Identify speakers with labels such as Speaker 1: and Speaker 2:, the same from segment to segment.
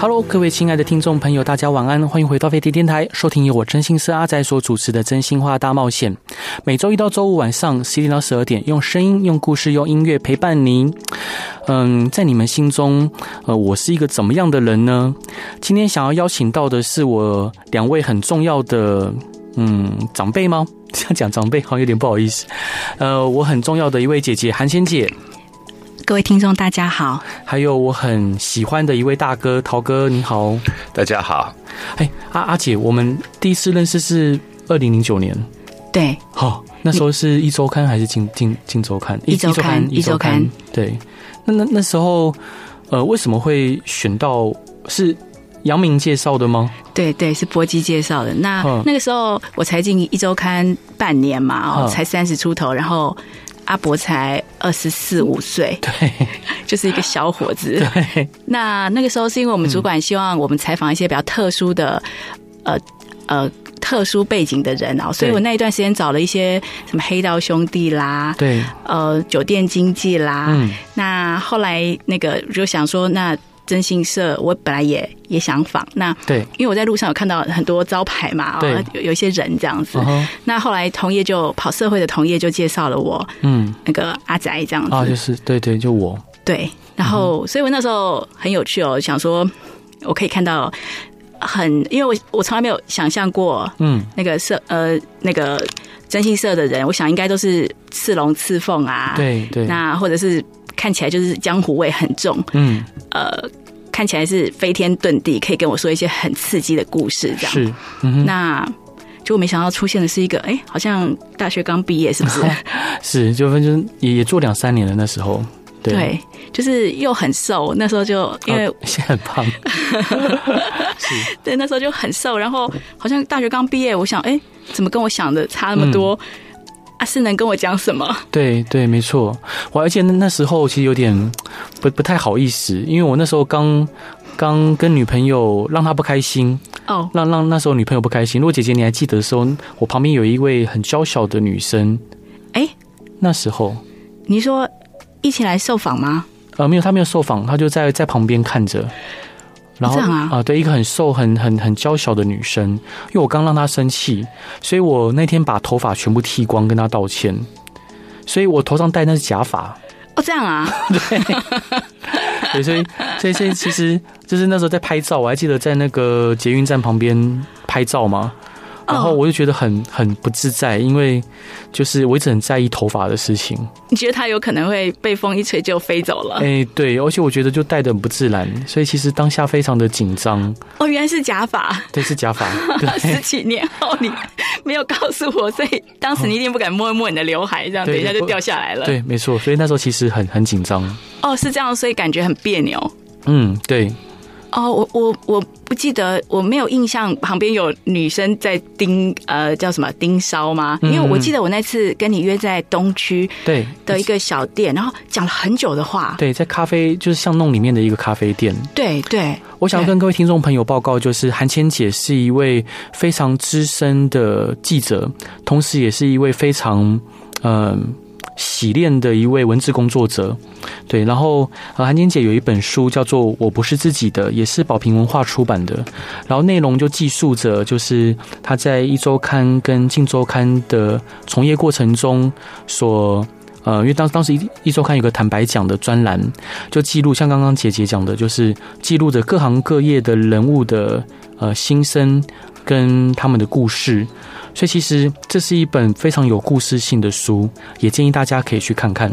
Speaker 1: Hello，各位亲爱的听众朋友，大家晚安，欢迎回到飞碟电台，收听由我真心社阿仔所主持的《真心话大冒险》。每周一到周五晚上十一点到十二点，用声音、用故事、用音乐陪伴您。嗯，在你们心中，呃，我是一个怎么样的人呢？今天想要邀请到的是我两位很重要的，嗯，长辈吗？ 这样讲长辈好像有点不好意思。呃，我很重要的一位姐姐韩仙姐，
Speaker 2: 各位听众，大家好。
Speaker 1: 还有我很喜欢的一位大哥陶哥，你好。
Speaker 3: 大家好，
Speaker 1: 哎，阿阿姐，我们第一次认识是二零零九年，
Speaker 2: 对，
Speaker 1: 好、那时候是一周刊还是近近近周刊？
Speaker 2: 哦一周刊
Speaker 1: 一周
Speaker 2: 一
Speaker 1: 刊
Speaker 2: 周。
Speaker 1: 对，那那那时候，呃，为什么会选到是杨明介绍的 吗？
Speaker 2: 对对，是波基介绍的。那、
Speaker 1: 嗯
Speaker 2: 那个时候我才进一周刊半年嘛，哦，
Speaker 1: 嗯
Speaker 2: 才三十出头，然后阿伯才二十四五岁，
Speaker 1: 对
Speaker 2: 就是一个小伙 子。
Speaker 1: 对，
Speaker 2: 那那个时候是因为我们主管希望我们采访一些比较特殊的，呃呃。特殊背景的人哦，所以
Speaker 1: 对
Speaker 2: 我那一段时间找了一些什么黑道兄弟啦，
Speaker 1: 对，
Speaker 2: 呃，酒店经济啦，
Speaker 1: 嗯，
Speaker 2: 那后来那个我就想说，那征信社我本来也也想访，那
Speaker 1: 对，
Speaker 2: 因为我在路上有看到很多招牌嘛，
Speaker 1: 对
Speaker 2: 哦、有有一些人这样子。
Speaker 1: 嗯哼，
Speaker 2: 那后来同业就跑社会的同业就介绍了我
Speaker 1: 嗯，
Speaker 2: 那个阿宅这样子，
Speaker 1: 啊，就是嗯对对，就我，
Speaker 2: 对，然后、所以我那时候很有趣哦，想说我可以看到很，因为我我从来没有想象过
Speaker 1: 嗯，
Speaker 2: 那个社呃那个征信社的人，我想应该都是刺龙刺凤啊，
Speaker 1: 对对，
Speaker 2: 那或者是看起来就是江湖味很重，
Speaker 1: 嗯，
Speaker 2: 呃，看起来是飞天遁地，可以跟我说一些很刺激的故事这样。
Speaker 1: 是，嗯哼，
Speaker 2: 那就没想到出现的是一个，哎、好像大学刚毕业，是不是？
Speaker 1: 是，就反正也也做两三年了，那时候， 对，
Speaker 2: 对，就是又很瘦，那时候就因 为、
Speaker 1: 啊现在很胖，
Speaker 2: 对那时候就很瘦，然后好像大学刚毕业，我想，哎、怎么跟我想的差那么多？
Speaker 1: 嗯
Speaker 2: 啊，是能跟我讲什么？
Speaker 1: 对对，没错。我而且那那时候其实有点不不太好意思，因为我那时候刚刚跟女朋友让她不开心，
Speaker 2: 哦，
Speaker 1: 让让那时候女朋友不开心。如果姐姐你还记得的时候，我旁边有一位很娇小的女生，
Speaker 2: 哎
Speaker 1: 那时候
Speaker 2: 你说一起来受访吗？
Speaker 1: 呃没有，她没有受访，她就在在旁边看着。然后
Speaker 2: 这样啊
Speaker 1: 对，一个很瘦、很很很娇小的女生，因为我刚让她生气，所以我那天把头发全部剃光，跟她道歉。所以我头上戴那是假发，
Speaker 2: 哦，这样啊，
Speaker 1: 对，所以所以所以其实就是那时候在拍照，我还记得在那个捷运站旁边拍照嘛，然后
Speaker 2: 哦、
Speaker 1: 我就觉得很很不自在，因为就是我一直很在意头发的事情，
Speaker 2: 你觉得他有可能会被风一吹就飞走了？
Speaker 1: 哎、对，而且我觉得就戴的很不自然，所以其实当下非常的紧张，
Speaker 2: 哦，原来是假发。
Speaker 1: 对，是假发，对
Speaker 2: 十几年后你没有告诉我，所以当时你一定不敢摸一摸你的刘海，这样
Speaker 1: 对
Speaker 2: 等一下就掉下来 了。
Speaker 1: 对，没错，所以那时候其实很很紧张，
Speaker 2: 哦，是这样，所以感觉很别扭。
Speaker 1: 嗯，对，
Speaker 2: 哦，我我我不记得，我没有印象旁边有女生在盯呃叫什么盯梢吗？因
Speaker 1: 嗯
Speaker 2: 为我记得我那次跟你约在东区
Speaker 1: 对
Speaker 2: 的一个小店，然后讲了很久的话。
Speaker 1: 对，在咖啡就是巷弄里面的一个咖啡店，
Speaker 2: 对对
Speaker 1: 我想跟各位听众朋友报告，就是韩千姐是一位非常资深的记者，同时也是一位非常嗯、呃洗练的一位文字工作者。对，然后呃，韩千姐有一本书叫做《我不是自己的》，也是宝瓶文化出版的。然后内容就记述着，就是她在一周刊跟近周刊的从业过程中所。呃，因为当当时一一周刊有个坦白奖的专栏，就记录像刚刚姐姐讲的，就是记录着各行各业的人物的呃心声跟他们的故事，所以其实这是一本非常有故事性的书，也建议大家可以去看看。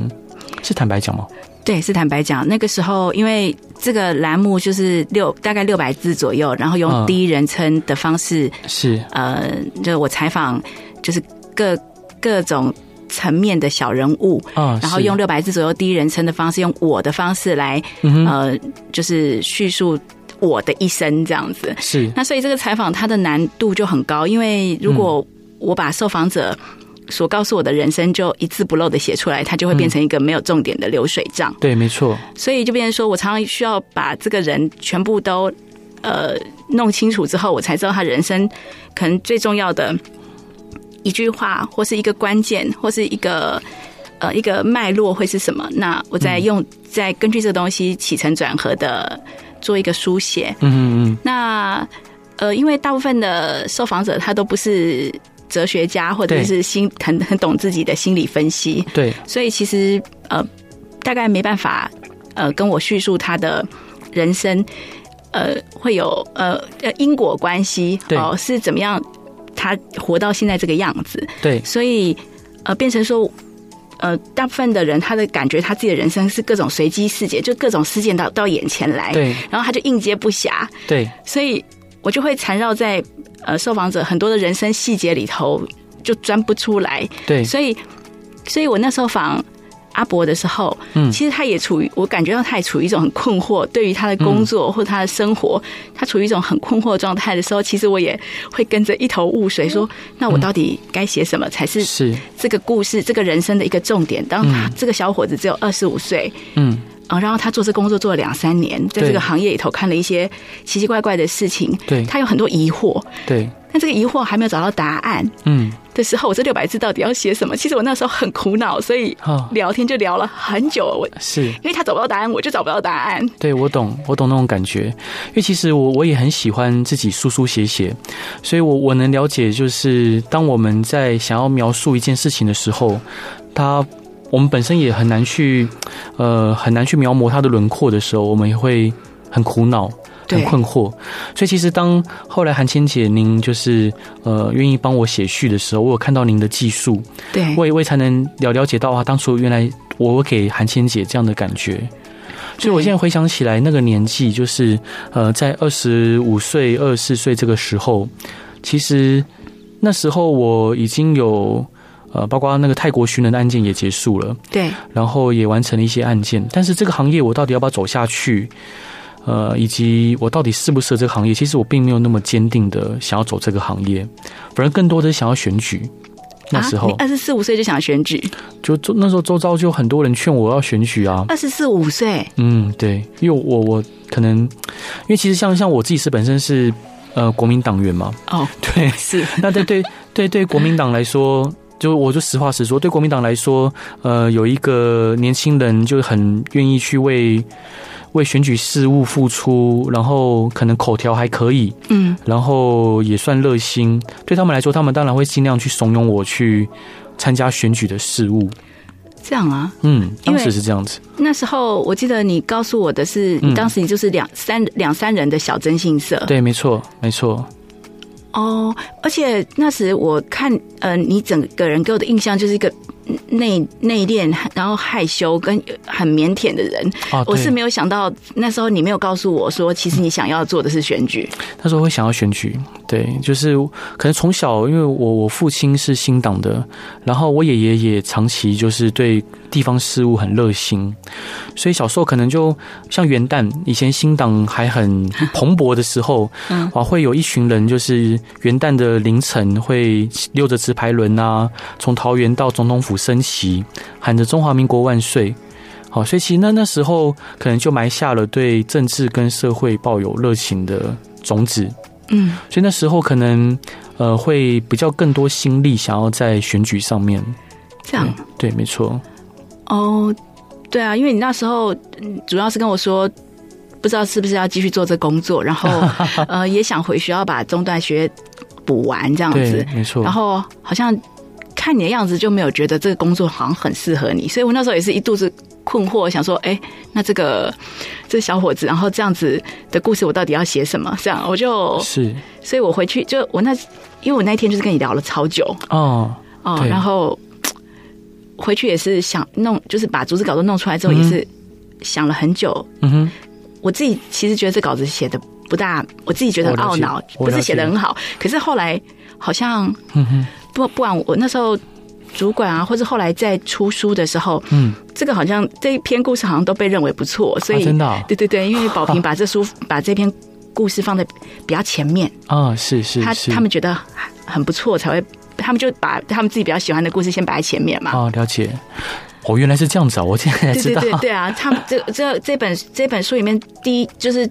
Speaker 1: 是坦白讲吗？
Speaker 2: 对，是坦白讲，那个时候因为这个栏目就是六大概六百字左右，然后
Speaker 1: 嗯
Speaker 2: 用第一人称的方式
Speaker 1: 是，
Speaker 2: 呃，就是我采访，就是各各种层面的小人物，
Speaker 1: 啊，
Speaker 2: 然后
Speaker 1: 是
Speaker 2: 用，六百字左右第一人称的方式，用我的方式来，
Speaker 1: 嗯哼，
Speaker 2: 呃，就是叙述我的一生这样子。
Speaker 1: 是，
Speaker 2: 那所以这个采访它的难度就很高，因为如果我把受访者所告诉我的人生就一字不漏的写出来，它就会变成一个没有重点的流水账。
Speaker 1: 对，没错，
Speaker 2: 所以就变成说我常常需要把这个人全部都呃弄清楚之后，我才知道他人生可能最重要的一句话，或是一个关键，或是一个呃一个脉络会是什么。那我再用、再根据这东西起承转合的做一个书写。
Speaker 1: 嗯嗯
Speaker 2: 那呃，因为大部分的受访者他都不是哲学家，或者
Speaker 1: 对
Speaker 2: 是心很很懂自己的心理分析，
Speaker 1: 嗯，对，
Speaker 2: 所以其实呃，大概没办法呃跟我叙述他的人生，呃，会有呃呃因果关系
Speaker 1: 对
Speaker 2: 哦、是怎么样他活到现在这个样子，
Speaker 1: 对，
Speaker 2: 所以呃变成说。呃，大部分的人他的感觉，他自己的人生是各种随机事件，就各种事件到到眼前来，
Speaker 1: 对，
Speaker 2: 然后他就应接不暇，
Speaker 1: 对，
Speaker 2: 所以我就会缠绕在呃受访者很多的人生细节里头，就钻不出来。
Speaker 1: 对，
Speaker 2: 所以，所以我那时候访阿伯的时候，
Speaker 1: 嗯
Speaker 2: 其实他也处于我感觉到他也处于一种很困惑，对于他的
Speaker 1: 嗯
Speaker 2: 工作或他的生活，他处于一种很困惑的状态的时候，其实我也会跟着一头雾水说，
Speaker 1: 嗯
Speaker 2: 那我到底该写什么才是
Speaker 1: 是，
Speaker 2: 这个故事、这个人生的一个重点？当他这个小伙子只有二十五岁，
Speaker 1: 嗯，
Speaker 2: 啊，然后他做这工作做了两三年，在这
Speaker 1: 对
Speaker 2: 个行业里头看了一些奇奇怪怪的事情，
Speaker 1: 对，
Speaker 2: 他有很多疑惑，
Speaker 1: 对，
Speaker 2: 但这个疑惑还没有找到答案
Speaker 1: 嗯，
Speaker 2: 的时候，我这六百字到底要写什么？其实我那时候很苦恼，所以
Speaker 1: 好，
Speaker 2: 聊天就聊了很久。我
Speaker 1: 是。
Speaker 2: 因为他找不到答案，我就找不到答案。
Speaker 1: 对，我懂，我懂那种感觉，因为其实我我也很喜欢自己书书写写，所以我我能了解，就是当我们在想要描述一件事情的时候，它我们本身也很难去，呃，很难去描摹它的轮廓的时候，我们也会很苦恼。很
Speaker 2: 对
Speaker 1: 困惑，所以其实当后来韩千姐您就是呃愿意帮我写序的时候，我有看到您的技术，
Speaker 2: 对
Speaker 1: 我也我也才能了了解到啊，当初原来我会给韩千姐这样的感觉。所以我现在回想起来，那个年纪就是呃，在二十五岁、二十四岁这个时候，其实那时候我已经有呃，包括那个泰国寻人的案件也结束了，
Speaker 2: 对
Speaker 1: 然后也完成了一些案件，但是这个行业我到底要不要走下去？呃，以及我到底适不适合这个行业？其实我并没有那么坚定的想要走这个行业，反而更多的是想要选举。那时候、
Speaker 2: 啊、你二十四五岁就想选举，
Speaker 1: 就周那时候周遭就很多人劝我要选举啊，
Speaker 2: 二十四五岁，
Speaker 1: 嗯，对，因为我我可能，因为其实像像我自己是本身是呃国民党员嘛，
Speaker 2: 哦，
Speaker 1: 对，
Speaker 2: 是
Speaker 1: 那对对对对国民党来说，就我就实话实说，对国民党来说，呃，有一个年轻人就很愿意去为为选举事务付出，然后可能口条还可以，
Speaker 2: 嗯，
Speaker 1: 然后也算热心，对他们来说，他们当然会尽量去怂恿我去参加选举的事务，
Speaker 2: 这样啊。
Speaker 1: 嗯，
Speaker 2: 因
Speaker 1: 当
Speaker 2: 为
Speaker 1: 时是这样子，
Speaker 2: 那时候我记得你告诉我的是，你
Speaker 1: 嗯
Speaker 2: 当时你就是两三两三人的小征信社，
Speaker 1: 对，没错，没错，
Speaker 2: 哦，而且那时我看，呃，你整个人给我的印象就是一个嗯内内敛，然后害羞跟很腼腆的人。
Speaker 1: 啊，对
Speaker 2: 我是没有想到那时候你没有告诉我说，其实你想要做的是选举。
Speaker 1: 那时候会想要选举，对，就是可能从小，因为我我父亲是新党的，然后我爷爷也长期就是对地方事务很热心，所以小时候可能就像元旦以前新党还很蓬勃的时候，
Speaker 2: 嗯
Speaker 1: 啊，会有一群人就是元旦的凌晨会溜着直排轮啊，从桃园到总统府升旗，喊着“中华民国万岁”。好，所以其实那那时候可能就埋下了对政治跟社会抱有热情的种子，
Speaker 2: 嗯，
Speaker 1: 所以那时候可能呃会比较更多心力想要在选举上面。
Speaker 2: 这样
Speaker 1: 对，没错，
Speaker 2: 哦，对啊，因为你那时候嗯主要是跟我说。不知道是不是要继续做这工作，然后呃也想回学校把中段学业补完这样子
Speaker 1: 对，，没错
Speaker 2: 然。后好像看你的样子就没有觉得这个工作好像很适合你，所以我那时候也是一肚子困惑，想说，哎，那这个这个小伙子，然后这样子的故事，我到底要写什么？这样我就，
Speaker 1: 是
Speaker 2: 所以我回去就我那，因为我那天就是跟你聊了超久
Speaker 1: 哦，
Speaker 2: 哦，
Speaker 1: 对
Speaker 2: 然后嘖回去也是想弄，就是把逐字稿都弄出来之后，也是想了很久。
Speaker 1: 嗯哼，
Speaker 2: 我自己其实觉得这稿子写的不大，我自己觉得很
Speaker 1: 我了
Speaker 2: 懊
Speaker 1: 解
Speaker 2: 恼，
Speaker 1: 我
Speaker 2: 不是
Speaker 1: 了
Speaker 2: 写的
Speaker 1: 解
Speaker 2: 很好，可是后来好像
Speaker 1: 嗯哼，
Speaker 2: 不不管我那时候主管啊，或者后来在出书的时候，
Speaker 1: 嗯，
Speaker 2: 这个好像这一篇故事好像都被认为不错，所
Speaker 1: 啊、
Speaker 2: 以、
Speaker 1: 真的啊
Speaker 2: 对对对，因为宝平把这书把这篇故事放在比较前面，
Speaker 1: 啊，是是
Speaker 2: 他
Speaker 1: 是，
Speaker 2: 他们觉得很不错，才会他他们就把他们自己比较喜欢的故事先摆在前面嘛。
Speaker 1: 啊，了解。哦，原来是这样子啊！我现在才
Speaker 2: 对
Speaker 1: 知
Speaker 2: 对
Speaker 1: 道。
Speaker 2: 对对啊，他们这这这本这本书里面第一就是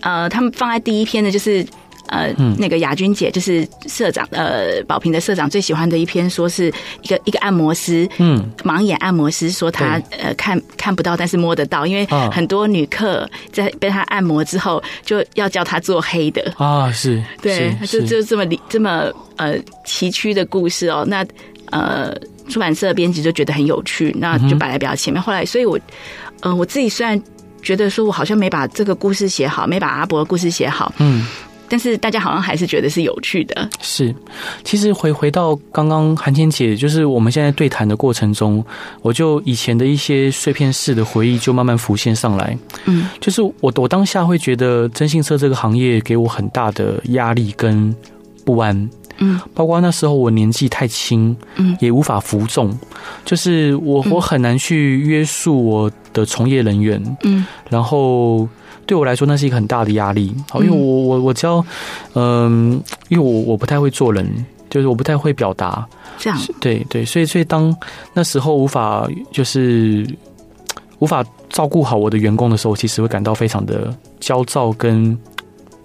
Speaker 2: 呃，他们放在第一篇的就是呃、
Speaker 1: 嗯
Speaker 2: 那个雅君姐就是社长呃宝平的社长最喜欢的一篇，说是一个一个按摩师，
Speaker 1: 嗯，
Speaker 2: 盲眼按摩师说他呃看看不到，但是摸得到，因为
Speaker 1: 啊
Speaker 2: 很多女客在被他按摩之后就要叫他做黑的，
Speaker 1: 啊，是，
Speaker 2: 对，
Speaker 1: 是
Speaker 2: 就是就这么离这么呃崎岖的故事哦。那呃，出版社的编辑就觉得很有趣，
Speaker 1: 嗯
Speaker 2: 那就摆在比较前面。后来，所以我呃我自己虽然觉得说我好像没把这个故事写好，没把阿伯的故事写好，
Speaker 1: 嗯，
Speaker 2: 但是大家好像还是觉得是有趣的。
Speaker 1: 是。其实回回到刚刚韩千姐，就是我们现在对谈的过程中，我就以前的一些碎片式的回忆就慢慢浮现上来。
Speaker 2: 嗯，
Speaker 1: 就是我我当下会觉得征信社这个行业给我很大的压力跟不安。
Speaker 2: 嗯，
Speaker 1: 包括那时候我年纪太轻，
Speaker 2: 嗯
Speaker 1: 也无法服众，就是我我很难去约束我的从业人员，
Speaker 2: 嗯
Speaker 1: 然后对我来说那是一个很大的压力。好，因为我我我只要，嗯、因为我我不太会做人，就是我不太会表达，
Speaker 2: 这样
Speaker 1: 对对，所以所以当那时候无法就是无法照顾好我的员工的时候，其实会感到非常的焦躁跟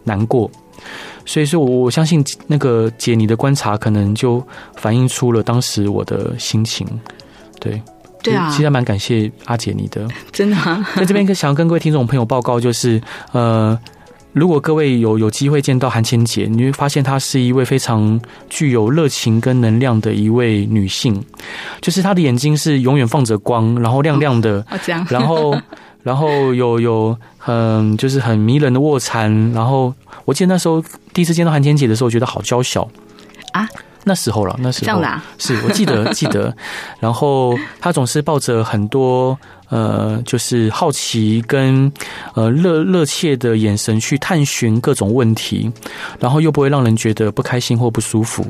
Speaker 1: 难过。所以说，我我相信那个姐你的观察，可能就反映出了当时我的心情。对，
Speaker 2: 对啊
Speaker 1: 其，实还蛮感谢阿姐你的。
Speaker 2: 真的、 啊，
Speaker 1: 在这边想要跟各位听众朋友报告，就是呃，如果各位有有机会见到韩千姐，你会发现她是一位非常具有热情跟能量的一位女性，就是她的眼睛是永远放着光，然后亮亮的，
Speaker 2: 哦这样，
Speaker 1: 然后然后有有嗯，就是很迷人的卧蚕，然后我记得那时候第一次见到韩千姐的时候，觉得好娇小
Speaker 2: 啊。
Speaker 1: 那时候了，那时候
Speaker 2: 这样的啊
Speaker 1: 是我记得记得，然后他总是抱着很多呃，就是好奇跟呃热热切的眼神去探寻各种问题，然后又不会让人觉得不开心或不舒服。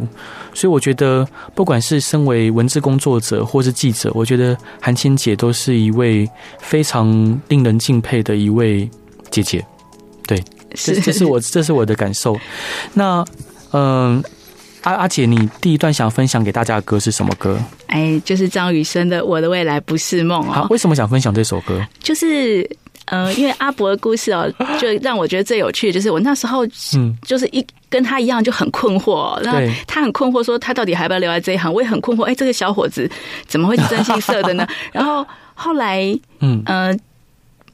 Speaker 1: 所以我觉得，不管是身为文字工作者或是记者，我觉得韩千姐都是一位非常令人敬佩的一位姐姐。哦这
Speaker 2: 是
Speaker 1: 这是我这是我的感受。那嗯。阿阿姐，你第一段想分享给大家的歌是什么歌？
Speaker 2: 哎，就是张雨生的《我的未来不是梦》
Speaker 1: 好
Speaker 2: 哦，，
Speaker 1: 啊为什么想分享这首歌？
Speaker 2: 就是呃，因为阿伯的故事哦，就让我觉得最有趣的就是我那时候
Speaker 1: 嗯，
Speaker 2: 就是一跟他一样就很困惑、那
Speaker 1: 对
Speaker 2: 他很困惑，说他到底还要不要留在这一行？我也很困惑，哎，这个小伙子怎么会是征信社的呢？ 然后后来，
Speaker 1: 嗯，
Speaker 2: 呃，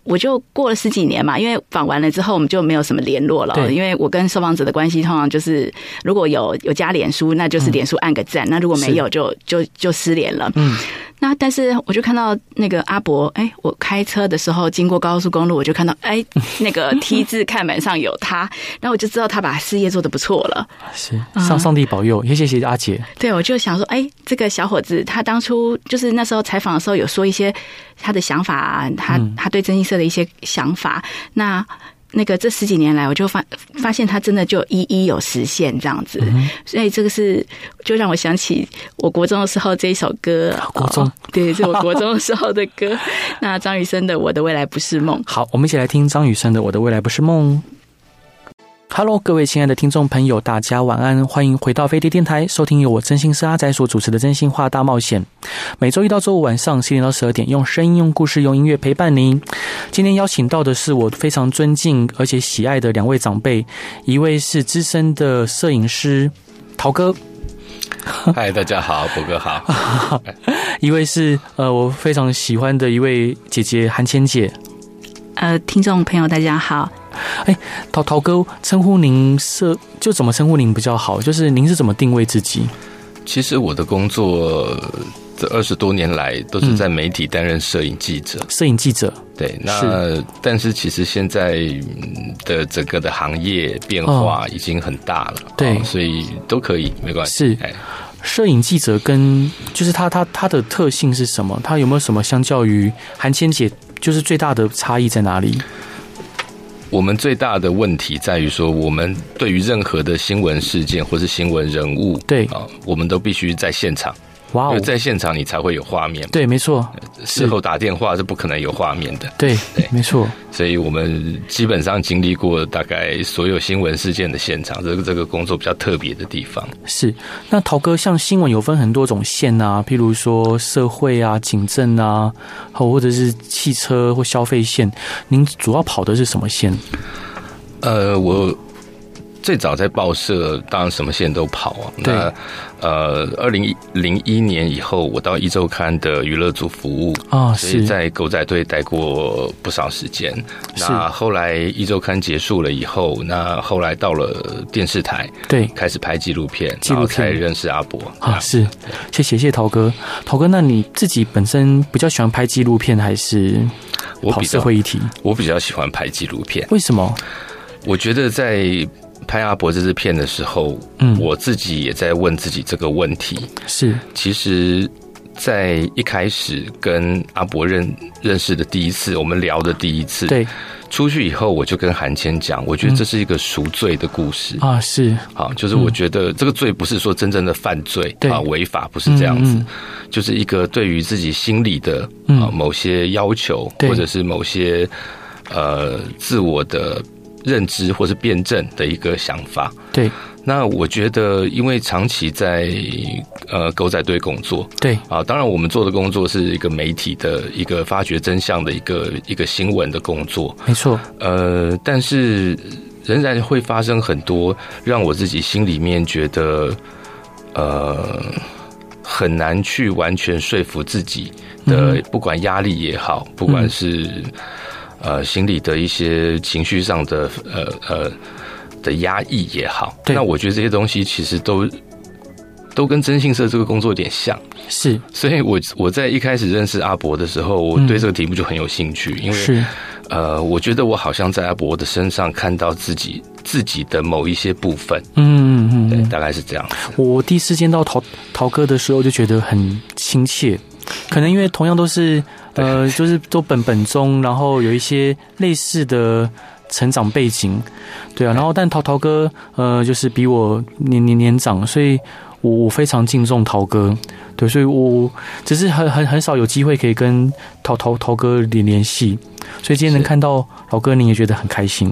Speaker 2: 我就过了十几年嘛，因为访完了之后，我们就没有什么联络了哦。
Speaker 1: 对
Speaker 2: 因为我跟受访者的关系通常就是，如果有有加脸书，那就是脸书按个赞；那如果没有，就就就失联了。
Speaker 1: 嗯，
Speaker 2: 那但是我就看到那个阿伯，哎，我开车的时候经过高速公路，我就看到哎，那个 T 字看板上有他，然后我就知道他把事业做得不错了。
Speaker 1: 是上上帝保佑，也谢谢阿姐。
Speaker 2: 对，我就想说，哎，这个小伙子他当初就是那时候采访的时候有说一些他的想法啊，他
Speaker 1: 嗯
Speaker 2: 他对征信社的一些想法。那那个这十几年来，我就发发现他真的就一一有实现这样子，
Speaker 1: 嗯
Speaker 2: 所以这个是就让我想起我国中的时候这一首歌。
Speaker 1: 啊国中
Speaker 2: 哦对，是我国中的时候的歌。 那张雨生的《我的未来不是梦》。
Speaker 1: 好，我们一起来听张雨生的《我的未来不是梦》。Hello，各位亲爱的听众朋友，大家晚安，欢迎回到飞碟电台，收听由我真心是阿仔所主持的《真心话大冒险》。每周一到周五晚上十点到十二点，用声音、用故事、用音乐陪伴您。今天邀请到的是我非常尊敬而且喜爱的两位长辈，一位是资深的摄影师陶哥，
Speaker 3: 嗨，大家好，博哥好。
Speaker 1: 一位是呃我非常喜欢的一位姐姐韩千姐。
Speaker 2: 呃，听众朋友大家好，
Speaker 1: 陶陶哥称呼您是就怎么称呼您比较好？就是您是怎么定位自己？
Speaker 3: 其实我的工作呃这二十多年来都是在媒体担任摄影记者，
Speaker 1: 摄影记者
Speaker 3: 对。那但是其实现在嗯的整个的行业变化已经很大了，
Speaker 1: 哦对
Speaker 3: 哦所以都可以，没关系。
Speaker 1: 是
Speaker 3: 哎，
Speaker 1: 摄影记者跟就是他他他的特性是什么？他有没有什么相较于韩千姐就是最大的差异在哪里？
Speaker 3: 我们最大的问题在于说，我们对于任何的新闻事件或是新闻人物，哦
Speaker 1: 对
Speaker 3: 啊、我们都必须在现场。
Speaker 1: 哇
Speaker 3: 因
Speaker 1: 哦
Speaker 3: 为，在现场你才会有画面，
Speaker 1: 对，没错，
Speaker 3: 事后打电话是不可能有画面的。
Speaker 1: 对
Speaker 3: 对，
Speaker 1: 没错，
Speaker 3: 所以我们基本上经历过大概所有新闻事件的现场，这个这个工作比较特别的地方。
Speaker 1: 是。那陶哥，像新闻有分很多种线啊，譬如说社会啊、警政啊，好，或者是汽车或消费线，您主要跑的是什么线？
Speaker 3: 呃，我最早在报社，当然什么线都跑啊。
Speaker 1: 对
Speaker 3: 那呃，二零零一年以后，我到一周刊的娱乐组服务，
Speaker 1: 啊，
Speaker 3: 所以
Speaker 1: 是
Speaker 3: 在狗仔队待过不少时间。
Speaker 1: 是
Speaker 3: 那后来一周刊结束了以后，那后来到了电视台，
Speaker 1: 对
Speaker 3: 开始拍纪录片，
Speaker 1: 纪录片
Speaker 3: 然后才认识阿伯。
Speaker 1: 啊，是。谢谢谢谢陶哥，陶哥，那你自己本身比较喜欢拍纪录片还是
Speaker 3: 我
Speaker 1: 跑
Speaker 3: 比
Speaker 1: 社
Speaker 3: 较
Speaker 1: 会议题？
Speaker 3: 我比较喜欢拍纪录片，
Speaker 1: 为什么？
Speaker 3: 我觉得在。拍阿伯这支片的时候，
Speaker 1: 嗯
Speaker 3: 我自己也在问自己这个问题。
Speaker 1: 是
Speaker 3: 其实，在一开始跟阿伯认认识的第一次，我们聊的第一次，，
Speaker 1: 对嗯
Speaker 3: 出去以后我就跟韩谦讲，我觉得这是一个赎罪的故事。
Speaker 1: 啊，是
Speaker 3: 好，就是我觉得这个罪不是说真正的犯罪
Speaker 1: 嗯对
Speaker 3: 啊，违法不是这样子，
Speaker 1: 嗯嗯
Speaker 3: 就是一个对于自己心里的
Speaker 1: 嗯
Speaker 3: 啊某些要求，
Speaker 1: 对
Speaker 3: 或者是某些呃自我的认知或是辩证的一个想法。
Speaker 1: 对
Speaker 3: 那我觉得，因为长期在呃狗仔队工作
Speaker 1: 对
Speaker 3: 啊，当然我们做的工作是一个媒体的一个发掘真相的一个一个新闻的工作，
Speaker 1: 没错，
Speaker 3: 呃，但是仍然会发生很多让我自己心里面觉得呃很难去完全说服自己的，不管压力也好，不管是、呃心里的一些情绪上的呃呃的压抑也好，
Speaker 1: 对
Speaker 3: 那我觉得这些东西其实都。都跟征信社这个工作有点像，
Speaker 1: 是
Speaker 3: 所以我我在一开始认识阿伯的时候，我
Speaker 1: 嗯
Speaker 3: 对这个题目就很有兴趣，因为
Speaker 1: 是
Speaker 3: 呃，我觉得我好像在阿伯的身上看到自己自己的某一些部分，
Speaker 1: 嗯嗯
Speaker 3: 对，
Speaker 1: 嗯。
Speaker 3: 大概是这样。
Speaker 1: 我第一次见到陶陶哥的时候，就觉得很亲切，可能因为同样都是呃，就是都本本中，然后有一些类似的成长背景，对啊。然后但陶陶哥呃，就是比我年年年长，所以我我非常敬重陶哥，对，所以我只是很很很少有机会可以跟陶陶陶哥联联系，所以今天能
Speaker 3: 是
Speaker 1: 看到老哥，你也觉得很开心。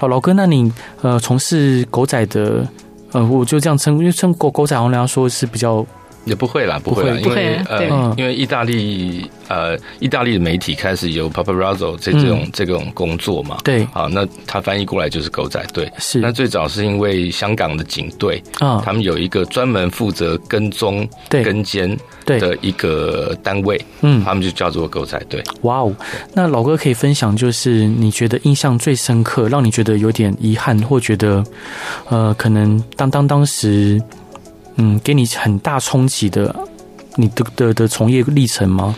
Speaker 1: 老老哥，那你呃从事狗仔的呃，我就这样称，因为称狗狗仔，好像人家说是比较
Speaker 3: 也不会啦，不会啦，
Speaker 1: 不啊
Speaker 3: 因
Speaker 2: 会
Speaker 3: 为
Speaker 2: 不会对
Speaker 1: 嗯
Speaker 3: 呃，因为意大利呃，意大利的媒体开始有 paparazzo 这这种、
Speaker 1: 嗯
Speaker 3: 这种工作嘛，
Speaker 1: 对，
Speaker 3: 好，那它翻译过来就是狗仔队。
Speaker 1: 是
Speaker 3: 那最早是因为香港的警队，
Speaker 1: 啊，
Speaker 3: 他们有一个专门负责跟踪、
Speaker 1: 对
Speaker 3: 跟监
Speaker 1: 对，
Speaker 3: 的一个单位，
Speaker 1: 嗯，
Speaker 3: 他们就叫做狗仔队。
Speaker 1: 哇哦，那老哥可以分享，就是你觉得印象最深刻，让你觉得有点遗憾，或觉得呃，可能当当当时嗯，给你很大冲击的。你的的的从业历程吗？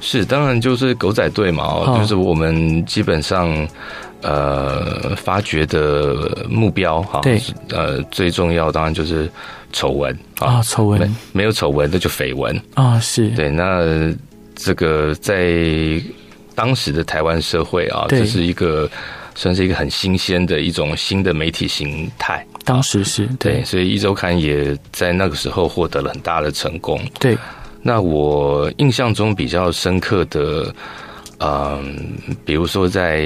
Speaker 3: 是，当然就是狗仔队嘛，哦，
Speaker 1: 嗯
Speaker 3: 就是我们基本上呃发掘的目标哈，
Speaker 1: 对
Speaker 3: 是，呃最重要当然就是丑闻
Speaker 1: 啊，
Speaker 3: 啊，
Speaker 1: 丑
Speaker 3: 没
Speaker 1: 闻
Speaker 3: 没有丑闻那就绯闻，
Speaker 1: 啊，是
Speaker 3: 对，那这个在当时的台湾社会啊，
Speaker 1: 对
Speaker 3: 这是一个算是一个很新鲜的一种新的媒体形态，
Speaker 1: 当时是
Speaker 3: 对，
Speaker 1: 对
Speaker 3: 所以一周刊也在那个时候获得了很大的成功，
Speaker 1: 对
Speaker 3: 那我印象中比较深刻的，嗯，比如说在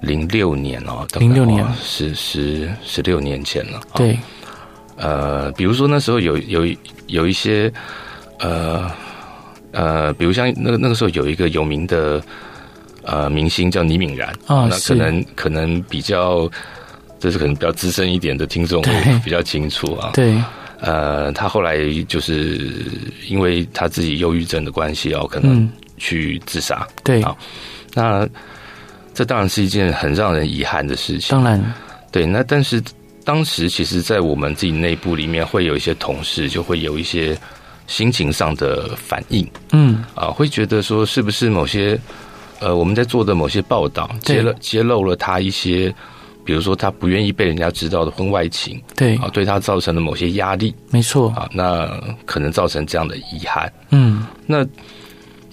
Speaker 3: 零六年哦，大概
Speaker 1: 06年
Speaker 3: 哦十十十六年前了。哦，
Speaker 1: 对，
Speaker 3: 呃，比如说那时候有有有一些，呃呃，比如像那个那个时候有一个有名的呃明星叫倪敏然哦
Speaker 1: 啊
Speaker 3: 那
Speaker 1: 是
Speaker 3: 可能可能比较，这是可能比较资深一点的听众
Speaker 1: 对
Speaker 3: 会比较清楚啊。
Speaker 1: 对
Speaker 3: 呃，他后来就是因为他自己忧郁症的关系哦，可能
Speaker 1: 嗯
Speaker 3: 去自杀。
Speaker 1: 对，
Speaker 3: 好那这当然是一件很让人遗憾的事情。
Speaker 1: 嗯当然
Speaker 3: 对，那但是当时其实，在我们自己内部里面，会有一些同事就会有一些心情上的反应
Speaker 1: 嗯
Speaker 3: 啊、会觉得说是不是某些呃我们在做的某些报道
Speaker 1: 对
Speaker 3: 揭露揭露了他一些，比如说他不愿意被人家知道的婚外情
Speaker 1: 对
Speaker 3: 啊、，对他造成了某些压力。
Speaker 1: 没错，
Speaker 3: 啊，那可能造成这样的遗憾。
Speaker 1: 嗯，
Speaker 3: 那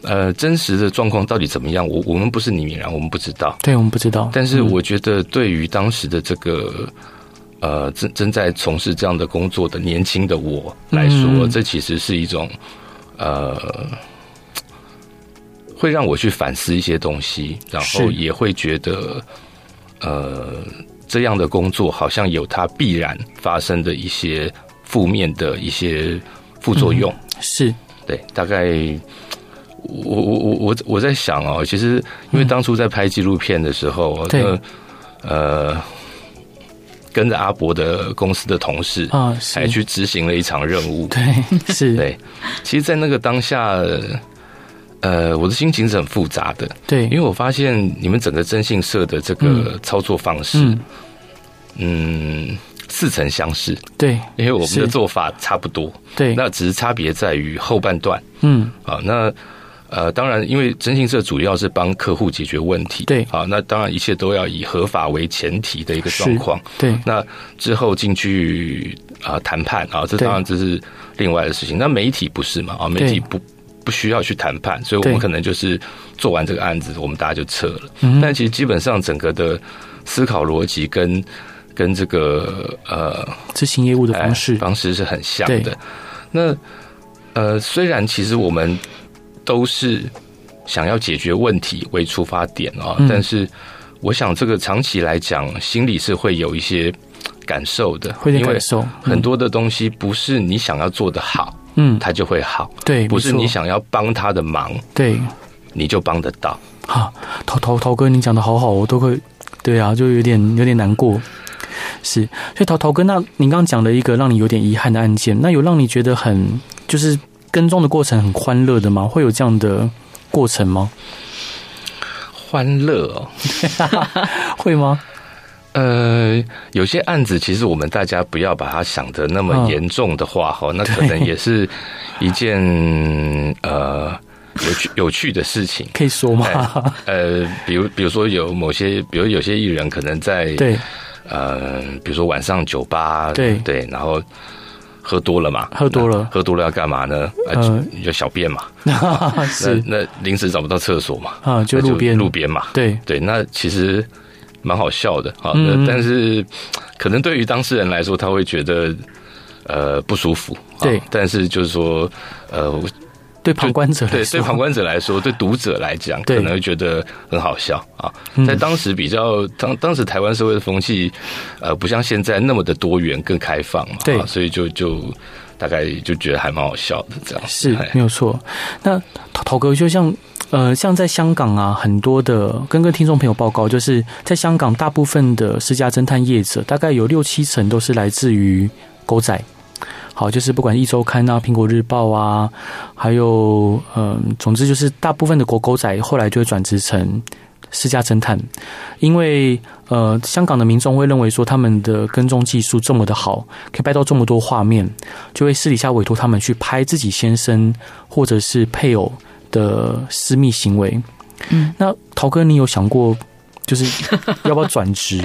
Speaker 3: 呃，真实的状况到底怎么样？我我们不是李敏然，我们不知道。
Speaker 1: 嗯对我们不知道，
Speaker 3: 但是我觉得，对于当时的这个呃正正在从事这样的工作的年轻的我来说，
Speaker 1: 嗯
Speaker 3: 这其实是一种呃，会让我去反思一些东西，然后
Speaker 1: 是
Speaker 3: 也会觉得呃，这样的工作好像有它必然发生的一些负面的一些副作
Speaker 1: 嗯
Speaker 3: 用。
Speaker 1: 是
Speaker 3: 对，大概我我我我我在想哦，其实因为当初在拍纪录片的时候，
Speaker 1: 嗯
Speaker 3: 哦
Speaker 1: 对
Speaker 3: 那呃，跟着阿伯的公司的同事，
Speaker 1: 啊，
Speaker 3: 还
Speaker 1: 是
Speaker 3: 去执行了一场任务。
Speaker 1: 对是
Speaker 3: 对其实，在那个当下，呃，我的心情是很复杂的，
Speaker 1: 对，
Speaker 3: 因为我发现你们整个征信社的这个操作方式，
Speaker 1: 嗯
Speaker 3: 嗯似曾相识，
Speaker 1: 对
Speaker 3: 因为我们
Speaker 1: 是
Speaker 3: 的做法差不多，
Speaker 1: 对
Speaker 3: 那只是差别在于后半段。
Speaker 1: 嗯
Speaker 3: 啊，那呃，当然，因为征信社主要是帮客户解决问题，
Speaker 1: 对
Speaker 3: 啊，那当然一切都要以合法为前提的一个状况。
Speaker 1: 对
Speaker 3: 那之后进去啊谈判啊，这
Speaker 1: 对
Speaker 3: 当然这是另外的事情。那媒体不是嘛？啊，媒
Speaker 1: 对
Speaker 3: 体不不需要去谈判，所以我们
Speaker 1: 对
Speaker 3: 可能就是做完这个案子，我们大家就撤了。
Speaker 1: 嗯
Speaker 3: 但其实基本上整个的思考逻辑跟跟这个呃
Speaker 1: 执行业务的方
Speaker 3: 哎
Speaker 1: 式
Speaker 3: 方式是很像
Speaker 1: 对
Speaker 3: 的。那呃，虽然其实我们都是想要解决问题为出发点啊、
Speaker 1: 嗯
Speaker 3: 但是我想这个长期来讲，心里是会有一些感受的，
Speaker 1: 会有
Speaker 3: 因
Speaker 1: 点
Speaker 3: 为
Speaker 1: 感受
Speaker 3: 很多的东西不是你想要做的好，
Speaker 1: 嗯嗯
Speaker 3: 它就会好；
Speaker 1: 对，
Speaker 3: 不是
Speaker 1: 没错
Speaker 3: 你想要帮他的忙，
Speaker 1: 对
Speaker 3: 你就帮得到。
Speaker 1: 啊，陶陶陶哥，你讲的好好，我都会，对啊，就有点有点难过。是，所以陶陶哥，那您刚刚讲了一个让你有点遗憾的案件，那有让你觉得很就是跟踪的过程很欢乐的吗？会有这样的过程吗？
Speaker 3: 欢乐哦，
Speaker 1: 会吗？
Speaker 3: 呃，有些案子其实我们大家不要把它想的那
Speaker 1: 嗯
Speaker 3: 么严重的话，哈、那可能也是一件呃有趣有趣的事情。
Speaker 1: 可以说吗？
Speaker 3: 呃，比如比如说有某些，比如有些艺人可能在
Speaker 1: 对，
Speaker 3: 呃，比如说晚上酒吧
Speaker 1: 对
Speaker 3: 对，然后喝多了嘛，
Speaker 1: 喝多了
Speaker 3: 那喝多了要干嘛呢？呃，
Speaker 1: 呃
Speaker 3: 就就小便嘛，
Speaker 1: 是
Speaker 3: 那那临时找不到厕所嘛，
Speaker 1: 啊，就
Speaker 3: 那
Speaker 1: 路边
Speaker 3: 路边嘛，
Speaker 1: 对
Speaker 3: 对，那其实蛮好笑的啊。那
Speaker 1: 嗯
Speaker 3: 但是可能对于当事人来说，他会觉得呃不舒服。啊
Speaker 1: 对
Speaker 3: 但是就是说，呃，我
Speaker 1: 对，旁观者来
Speaker 3: 对
Speaker 1: 说
Speaker 3: 对旁观者来说，对读者来讲，
Speaker 1: 对
Speaker 3: 可能会觉得很好笑啊
Speaker 1: 嗯。
Speaker 3: 在当时比较当当时台湾社会的风气，呃，不像现在那么的多元、更开放嘛，
Speaker 1: 对
Speaker 3: 啊所以就就大概就觉得还蛮好笑的这样子。
Speaker 1: 是
Speaker 3: 哎
Speaker 1: 没有错。那陶陶哥就像呃，像在香港啊，很多的跟跟听众朋友报告，就是在香港，大部分的私家侦探业者，大概有六七成都是来自于狗仔。好，就是不管一周刊啊、苹果日报啊，还有嗯、总之就是大部分的狗狗仔后来就会转职成私家侦探，因为呃，香港的民众会认为说他们的跟踪技术这么的好，可以拍到这么多画面，就会私底下委托他们去拍自己先生或者是配偶的私密行为。
Speaker 2: 嗯，
Speaker 1: 那陶哥，你有想过就是 要不要转职？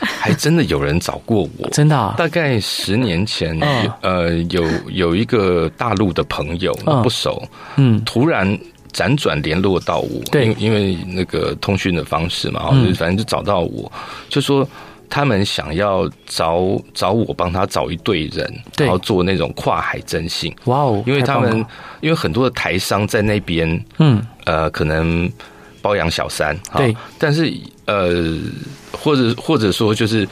Speaker 3: 还真的有人找过我，
Speaker 1: 真的、啊，
Speaker 3: 大概十年前，
Speaker 1: 嗯
Speaker 3: 呃，有有一个大陆的朋友
Speaker 1: 嗯
Speaker 3: 不熟，
Speaker 1: 嗯，
Speaker 3: 突然辗转联络到我，
Speaker 1: 对
Speaker 3: 因因为那个通讯的方式嘛，
Speaker 1: 嗯
Speaker 3: 就反正就找到我，就说他们想要找找我帮他找一队人，
Speaker 1: 对
Speaker 3: 然后做那种跨海征信，
Speaker 1: 哇哦，
Speaker 3: 因为
Speaker 1: 太
Speaker 3: 他
Speaker 1: 棒了
Speaker 3: 们因为很多的台商在那边，
Speaker 1: 嗯，
Speaker 3: 呃，可能包养小三，啊
Speaker 1: 对，
Speaker 3: 但是呃，或者或者说就是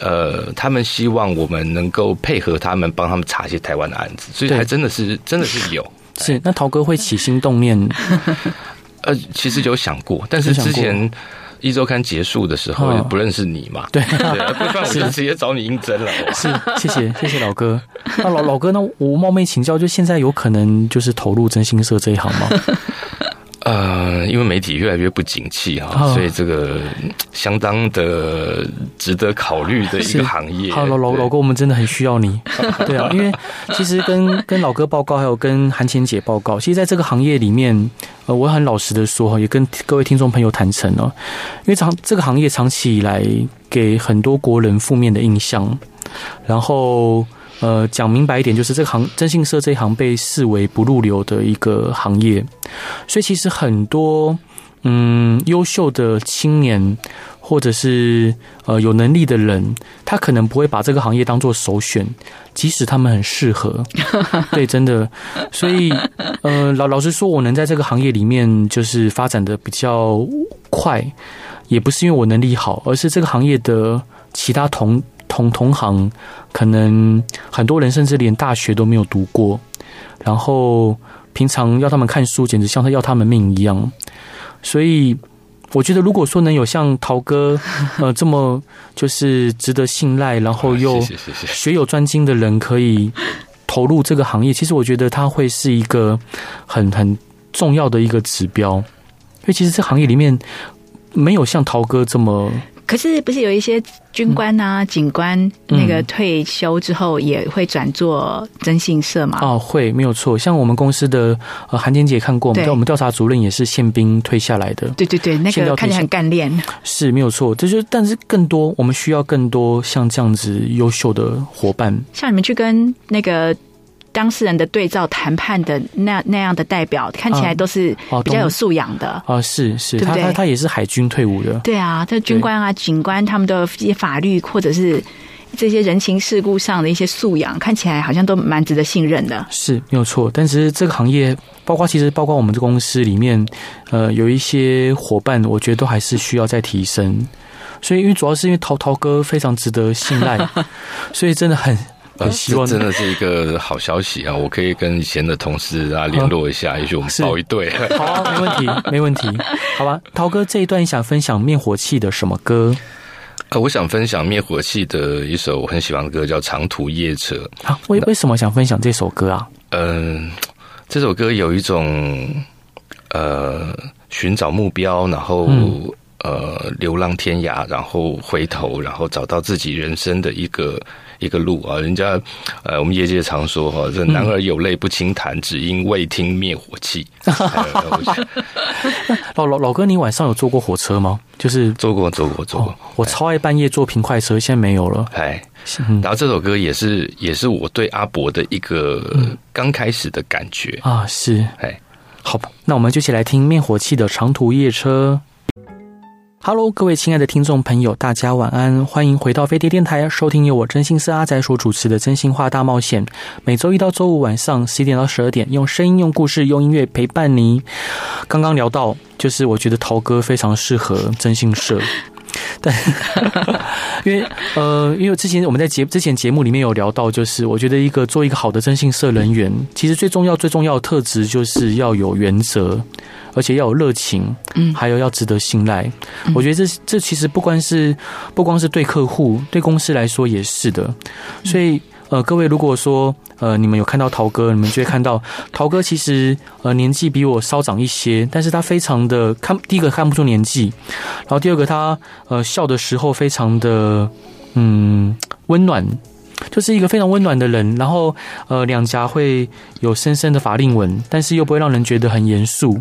Speaker 3: 呃，他们希望我们能够配合他们，帮他们查一些台湾的案子，所以
Speaker 1: 对
Speaker 3: 还真的是真的是有。
Speaker 1: 是那陶哥会起心动 念，
Speaker 3: 呃，其实有想过，但是
Speaker 1: 有想
Speaker 3: 之
Speaker 1: 过
Speaker 3: 前一周刊结束的时候
Speaker 1: 嗯
Speaker 3: 也不认识你嘛，
Speaker 1: 对，
Speaker 3: 对啊，不然 我就直接找你应征了。我
Speaker 1: 是谢谢谢谢老哥。那老老哥，那我冒昧请教，就现在有可能就是投入真心社这一行吗？
Speaker 3: 呃，因为媒体越来越不景气哈、
Speaker 1: 哦
Speaker 3: 所以这个嗯相当的值得考虑的一
Speaker 1: 是
Speaker 3: 个行业。
Speaker 1: 好，老老
Speaker 3: 对
Speaker 1: 老哥，我们真的很需要你。对啊，因为其实跟跟老哥报告，还有跟韩千姐报告，其实在这个行业里面，呃，我很老实的说哈，也跟各位听众朋友坦诚哦，因为长这个行业长期以来给很多国人负面的印象，然后。呃，讲明白一点，就是这个行征信社这一行被视为不入流的一个行业，所以其实很多嗯优秀的青年或者是呃有能力的人，他可能不会把这个行业当做首选，即使他们很适合。对，真的。所以呃老老实说，我能在这个行业里面就是发展的比较快，也不是因为我能力好，而是这个行业的其他同同同行，可能很多人甚至连大学都没有读过，然后平常要他们看书，简直像他要他们命一样。所以，我觉得如果说能有像陶哥，呃，这么就是值得信赖，然后又
Speaker 3: 啊谢谢谢谢，
Speaker 1: 学有专精的人可以投入这个行业，其实我觉得它会是一个很很重要的一个指标，因为其实这行业里面没有像陶哥这么
Speaker 2: 可是不是有一些军官啊、警官
Speaker 1: 嗯
Speaker 2: 那个退休之后也会转做征信社嘛？
Speaker 1: 哦，会没有错。像我们公司的呃韩坚姐也看过，我们
Speaker 2: 对
Speaker 1: 我们调查主任也是宪兵退下来的，
Speaker 2: 对对对，那
Speaker 1: 先
Speaker 2: 个
Speaker 1: 聊
Speaker 2: 看起来很干练。
Speaker 1: 是没有错。这就是但是更多，我们需要更多像这样子优秀的伙伴。
Speaker 2: 像你们去跟那个当事人的对照谈判的那那样的代表，看起来
Speaker 1: 嗯
Speaker 2: 都是
Speaker 1: 哦
Speaker 2: 比较
Speaker 1: 懂
Speaker 2: 有素养的。
Speaker 1: 啊、是是，
Speaker 2: 对不
Speaker 1: 他他
Speaker 2: 对
Speaker 1: 他也是海军退伍的，
Speaker 2: 对啊，这军官啊、警官他们的一些法律或者是这些人情世故上的一些素养，看起来好像都蛮值得信任的。
Speaker 1: 是没有错。但只是这个行业，包括其实包括我们这公司里面，呃，有一些伙伴，我觉得都还是需要再提升。所以，因为主要是因为陶陶哥非常值得信 赖，所以真的很
Speaker 3: 呃
Speaker 1: 很希望
Speaker 3: 这真的是一个好消息啊！我可以跟以前的同事啊联络一下，也许我们
Speaker 1: 是
Speaker 3: 报一对。
Speaker 1: 好、啊，没问题，没问题，好吧。陶哥这一段你想分享灭火器的什么歌？
Speaker 3: 呃，我想分享灭火器的一首我很喜欢的歌，叫《长途夜车》。
Speaker 1: 啊，为为什么想分享这首歌啊？
Speaker 3: 嗯，这首歌有一种呃寻找目标，然后、
Speaker 1: 嗯
Speaker 3: 呃流浪天涯，然后回头，然后找到自己人生的一个一个路啊。人家呃，我们业界常说哈，
Speaker 1: 嗯
Speaker 3: 这男儿有泪不轻弹，只因未听灭火 器。呃我
Speaker 1: 老老老哥，你晚上有坐过火车吗？就是
Speaker 3: 做过，做过，做
Speaker 1: 哦
Speaker 3: 过。，
Speaker 1: 我超爱半夜坐平快车，现在没有了。
Speaker 3: 哎，
Speaker 1: 嗯
Speaker 3: 然后这首歌也是也是我对阿伯的一个
Speaker 1: 嗯
Speaker 3: 刚开始的感觉。
Speaker 1: 啊，是
Speaker 3: 哎，
Speaker 1: 好吧，那我们就一起来听灭火器的《长途夜车》。Hello，各位亲爱的听众朋友，大家晚安，欢迎回到飞碟电台，收听由我真心是阿仔所主持的《真心话大冒险》，每周一到周五晚上十一点到十二点，用声音、用故事、用音乐陪伴你。刚刚聊到，就是我觉得陶哥非常适合真心社。但因为呃，因为之前我们在节之前节目里面有聊到，就是我觉得一个做一个好的征信社人员，其实最重要最重要的特质就是要有原则，而且要有热情，
Speaker 2: 嗯
Speaker 1: 还有要值得信赖。我觉得这这其实不光是不光是对客户，对公司来说也是的。所以呃，各位如果说呃你们有看到陶哥，你们就会看到陶哥其实呃年纪比我稍长一些，但是他非常的看第一个看不出年纪，然后第二个他呃笑的时候非常的嗯温暖，就是一个非常温暖的人。然后呃两颊会有深深的法令纹，但是又不会让人觉得很严肃。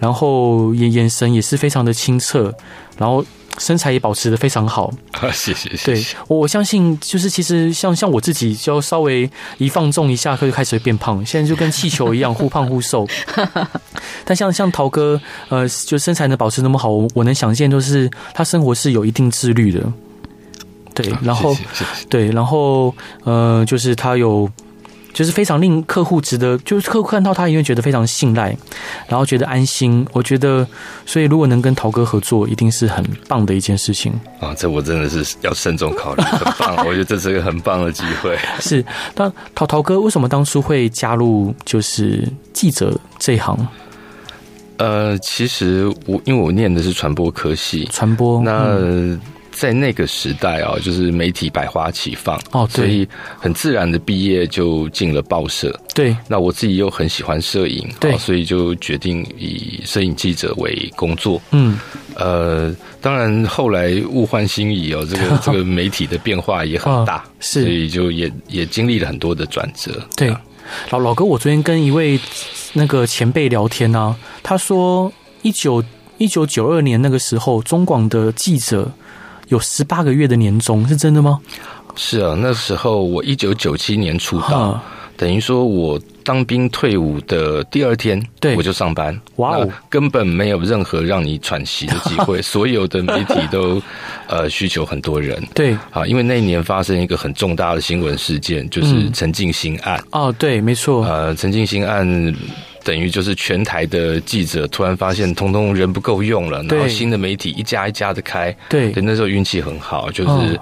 Speaker 1: 然后眼眼神也是非常的清澈，然后身材也保持的非常好。
Speaker 3: 啊，谢谢，谢
Speaker 1: 对
Speaker 3: 谢。
Speaker 1: 我我相信就是其实像像我自己就要稍微一放纵一下，就开始变胖。现在就跟气球一样，忽胖忽 瘦。但像像陶哥，呃，就身材能保持那么好，我我能想见，就是他生活是有一定自律的。对，然后
Speaker 3: 啊谢谢谢谢
Speaker 1: 对，然后呃，就是他有，就是非常令客户值得，就是客户看到他也会觉得非常信赖，然后觉得安心。我觉得，所以如果能跟陶哥合作，一定是很棒的一件事情。
Speaker 3: 啊，这我真的是要慎重 考虑，很棒，我觉得这是一个很棒的机会。
Speaker 1: 是，那陶陶哥为什么当初会加入就是记者这一行
Speaker 3: 呃，其实我因为我念的是传播科系，
Speaker 1: 传播？
Speaker 3: 那
Speaker 1: 嗯
Speaker 3: 在那个时代啊，就是媒体百花齐放，
Speaker 1: 哦，
Speaker 3: 所
Speaker 1: 对
Speaker 3: 以很自然的毕业就进了报社。
Speaker 1: 对，
Speaker 3: 那我自己又很喜欢摄影，
Speaker 1: 对
Speaker 3: 啊所以就决定以摄影记者为工作。
Speaker 1: 嗯，
Speaker 3: 呃，当然后来物换星移哦，这 个这个媒体的变化也很大，所
Speaker 1: 哦啊是
Speaker 3: 以就也也经历了很多的转折。
Speaker 1: 对
Speaker 3: 啊。
Speaker 1: 老老哥，我昨天跟一位那个前辈聊天啊，他说一九一九九二年那个时候，中广的记者有十八个月的年终，是真的吗？
Speaker 3: 是啊，那时候我一九九七年出道，
Speaker 1: 啊，
Speaker 3: 等于说我当兵退伍的第二天，
Speaker 1: 对
Speaker 3: 我就上班，
Speaker 1: 哇哦
Speaker 3: 那根本没有任何让你喘息的机 会，所有的媒体都 呃需求很多人。
Speaker 1: 对，
Speaker 3: 啊，因为那一年发生一个很重大的新闻事件，就是
Speaker 1: 嗯
Speaker 3: 陈进兴案。
Speaker 1: 哦，对，没错，
Speaker 3: 呃，陈进兴案等于就是全台的记者突然发现，通通人不够用了，然后
Speaker 1: 对
Speaker 3: 新的媒体一家一家的开。
Speaker 1: 对
Speaker 3: 对，，那时候运气很好，就是
Speaker 1: 哦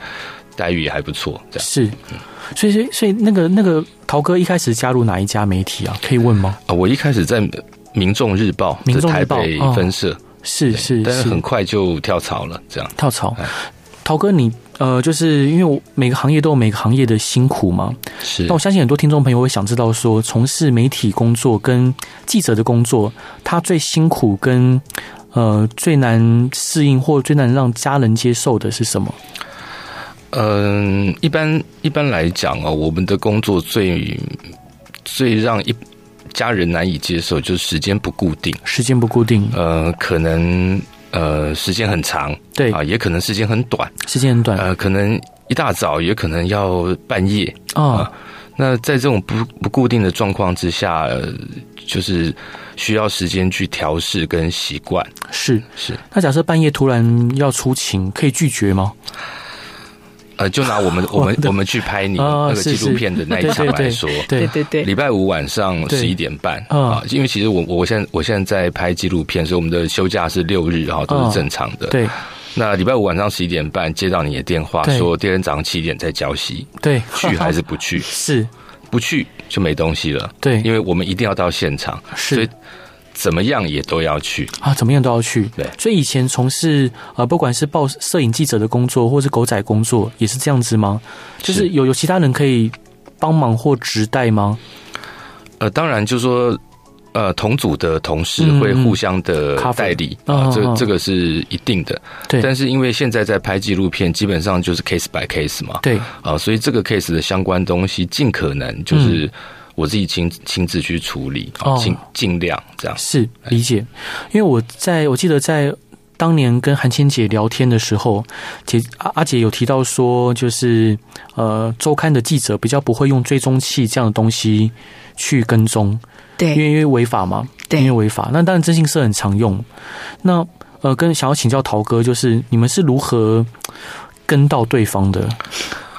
Speaker 3: 待遇也还不错，这样
Speaker 1: 是。所以，所以，所以那个那个陶哥一开始加入哪一家媒体啊？可以问吗？
Speaker 3: 啊。我一开始在《民众日报》
Speaker 1: 民
Speaker 3: 的
Speaker 1: 众
Speaker 3: 台
Speaker 1: 日报
Speaker 3: 北
Speaker 1: 哦
Speaker 3: 分社，
Speaker 1: 是
Speaker 3: 对
Speaker 1: 是
Speaker 3: 但是
Speaker 1: 是，
Speaker 3: 很快就跳槽了，这样。
Speaker 1: 跳槽
Speaker 3: 哎。
Speaker 1: 陶哥你，呃，就是因为我每个行业都有每个行业的辛苦嘛，
Speaker 3: 是
Speaker 1: 那我相信很多听众朋友会想知道说，从事媒体工作跟记者的工作，他最辛苦跟呃最难适应或最难让家人接受的是什么？
Speaker 3: 嗯，一般一般来讲哦，我们的工作最最让一家人难以接受，就是时间不固定。
Speaker 1: 时间不固定，
Speaker 3: 呃，可能呃时间很长
Speaker 1: 对，啊
Speaker 3: 啊，也可能时间很短。
Speaker 1: 时间很短
Speaker 3: 呃，可能一大早，也可能要半夜。
Speaker 1: 啊，
Speaker 3: 那在这种不不固定的状况之下，呃就是需要时间去调试跟习惯。
Speaker 1: 是。
Speaker 3: 是，
Speaker 1: 那假设半夜突然要出勤，可以拒绝吗？
Speaker 3: 呃，就拿 我们我们
Speaker 1: 我的
Speaker 3: 我们去拍你
Speaker 1: 啊
Speaker 3: 那个纪
Speaker 1: 是
Speaker 3: 录片的那一场来说，
Speaker 1: 对，
Speaker 2: 对对
Speaker 3: 礼拜五晚上
Speaker 1: 对
Speaker 3: 十一点半
Speaker 1: 嗯
Speaker 3: 啊，因为其实我我现在我现在在拍纪录片，所以我们的休假是六日哈，都
Speaker 1: 嗯
Speaker 3: 是正常的。，
Speaker 1: 对
Speaker 3: 那礼拜五晚上十一点半接到你的电话，
Speaker 1: 对
Speaker 3: 说第二天早上七点再交息，
Speaker 1: 对，？
Speaker 3: 去还是不去
Speaker 1: 是，
Speaker 3: 不去就没东西了，
Speaker 1: 对，
Speaker 3: 因为我们一定要到现场，所
Speaker 1: 是
Speaker 3: 以怎么样也都要去。
Speaker 1: 啊，怎么样都要去。
Speaker 3: 对
Speaker 1: 所以以前从事呃，不管是报摄影记者的工作，或是狗仔工作，也是这样子吗？就是
Speaker 3: 是
Speaker 1: 有有其他人可以帮忙或指代吗？
Speaker 3: 呃，当然就说。呃，同组的同事
Speaker 1: 嗯
Speaker 3: 会互相的
Speaker 1: cover
Speaker 3: 代理
Speaker 1: 嗯
Speaker 3: 啊，
Speaker 1: 嗯
Speaker 3: 这
Speaker 1: 嗯
Speaker 3: 这个是一定的。
Speaker 1: 对
Speaker 3: 但是因为现在在拍纪录片，基本上就是 case by case 嘛，
Speaker 1: 对，
Speaker 3: 啊，所以这个 case 的相关东西，尽可能就是我自己亲亲自去处理，啊
Speaker 1: 嗯哦
Speaker 3: 尽尽量这样。
Speaker 1: 是理解。因为我在我记得在当年跟韩千姐聊天的时候，姐阿阿姐有提到说，就是呃，周刊的记者比较不会用追踪器这样的东西去跟踪，因
Speaker 2: 对
Speaker 1: 为因为违法嘛，
Speaker 2: 对
Speaker 1: 因为违法。那当然，征信社很常用。那呃，跟想要请教陶哥，就是你们是如何跟到对方的？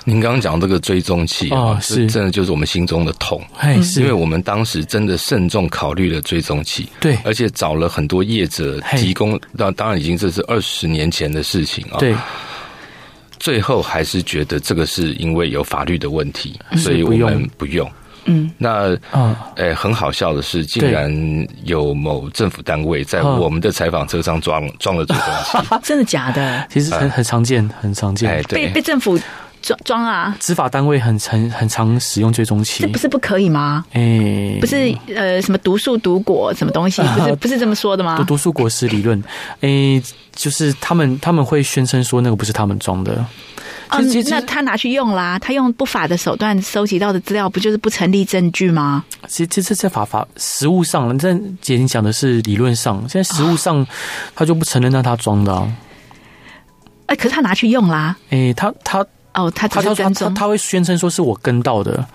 Speaker 3: 您刚刚讲这个追踪器啊
Speaker 1: 哦，
Speaker 3: 这
Speaker 1: 是
Speaker 3: 真的就是我们心中的痛，
Speaker 1: 哎，是
Speaker 3: 因为我们当时真的慎重考虑了追踪器。
Speaker 1: 对
Speaker 2: 呃
Speaker 3: 而且找了很多业者
Speaker 1: 嘿
Speaker 3: 提供，那当然已经这是二十年前的事情啊。
Speaker 1: 对
Speaker 3: 最后还是觉得这个是因为有法律的问题，
Speaker 1: 嗯是
Speaker 3: 所以我
Speaker 1: 不用
Speaker 3: 们不用。
Speaker 2: 嗯
Speaker 3: 那
Speaker 1: 啊，
Speaker 3: 诶，很好笑的是，竟
Speaker 1: 对
Speaker 3: 然有某政府单位在
Speaker 1: 嗯
Speaker 3: 我们的采访车上装装了 追踪器。
Speaker 2: 真的假的？
Speaker 1: 其实很很常见，很常
Speaker 3: 哎，
Speaker 1: 见。
Speaker 2: 被
Speaker 3: 对
Speaker 2: 被，政府装装啊，
Speaker 1: 执法单位很很很常使用追踪器
Speaker 2: 这不，是不可以吗？
Speaker 1: 哎，
Speaker 2: 不是呃什么毒树毒果什么东西，不是不是这么说的
Speaker 1: 啊读
Speaker 2: 吗？
Speaker 1: 读书果实理论，诶、就是他们他们会宣称说那个不是他们装的，
Speaker 2: 哦
Speaker 1: 其实，其
Speaker 2: 那
Speaker 1: 实
Speaker 2: 他拿去用啦，他用不法的手段收集到的资料，不就是不成立证据吗？
Speaker 1: 其实这这在法法实物上了，但姐你讲的是理论上，现在实物上、他就不承认让他装的啊，
Speaker 2: 哎，可是他拿去用啦。
Speaker 1: 诶、他他
Speaker 2: 哦，他只
Speaker 1: 他
Speaker 2: 是
Speaker 1: 他他
Speaker 2: 跟
Speaker 1: 他
Speaker 2: 踪，
Speaker 1: 他会宣称说是我跟到的。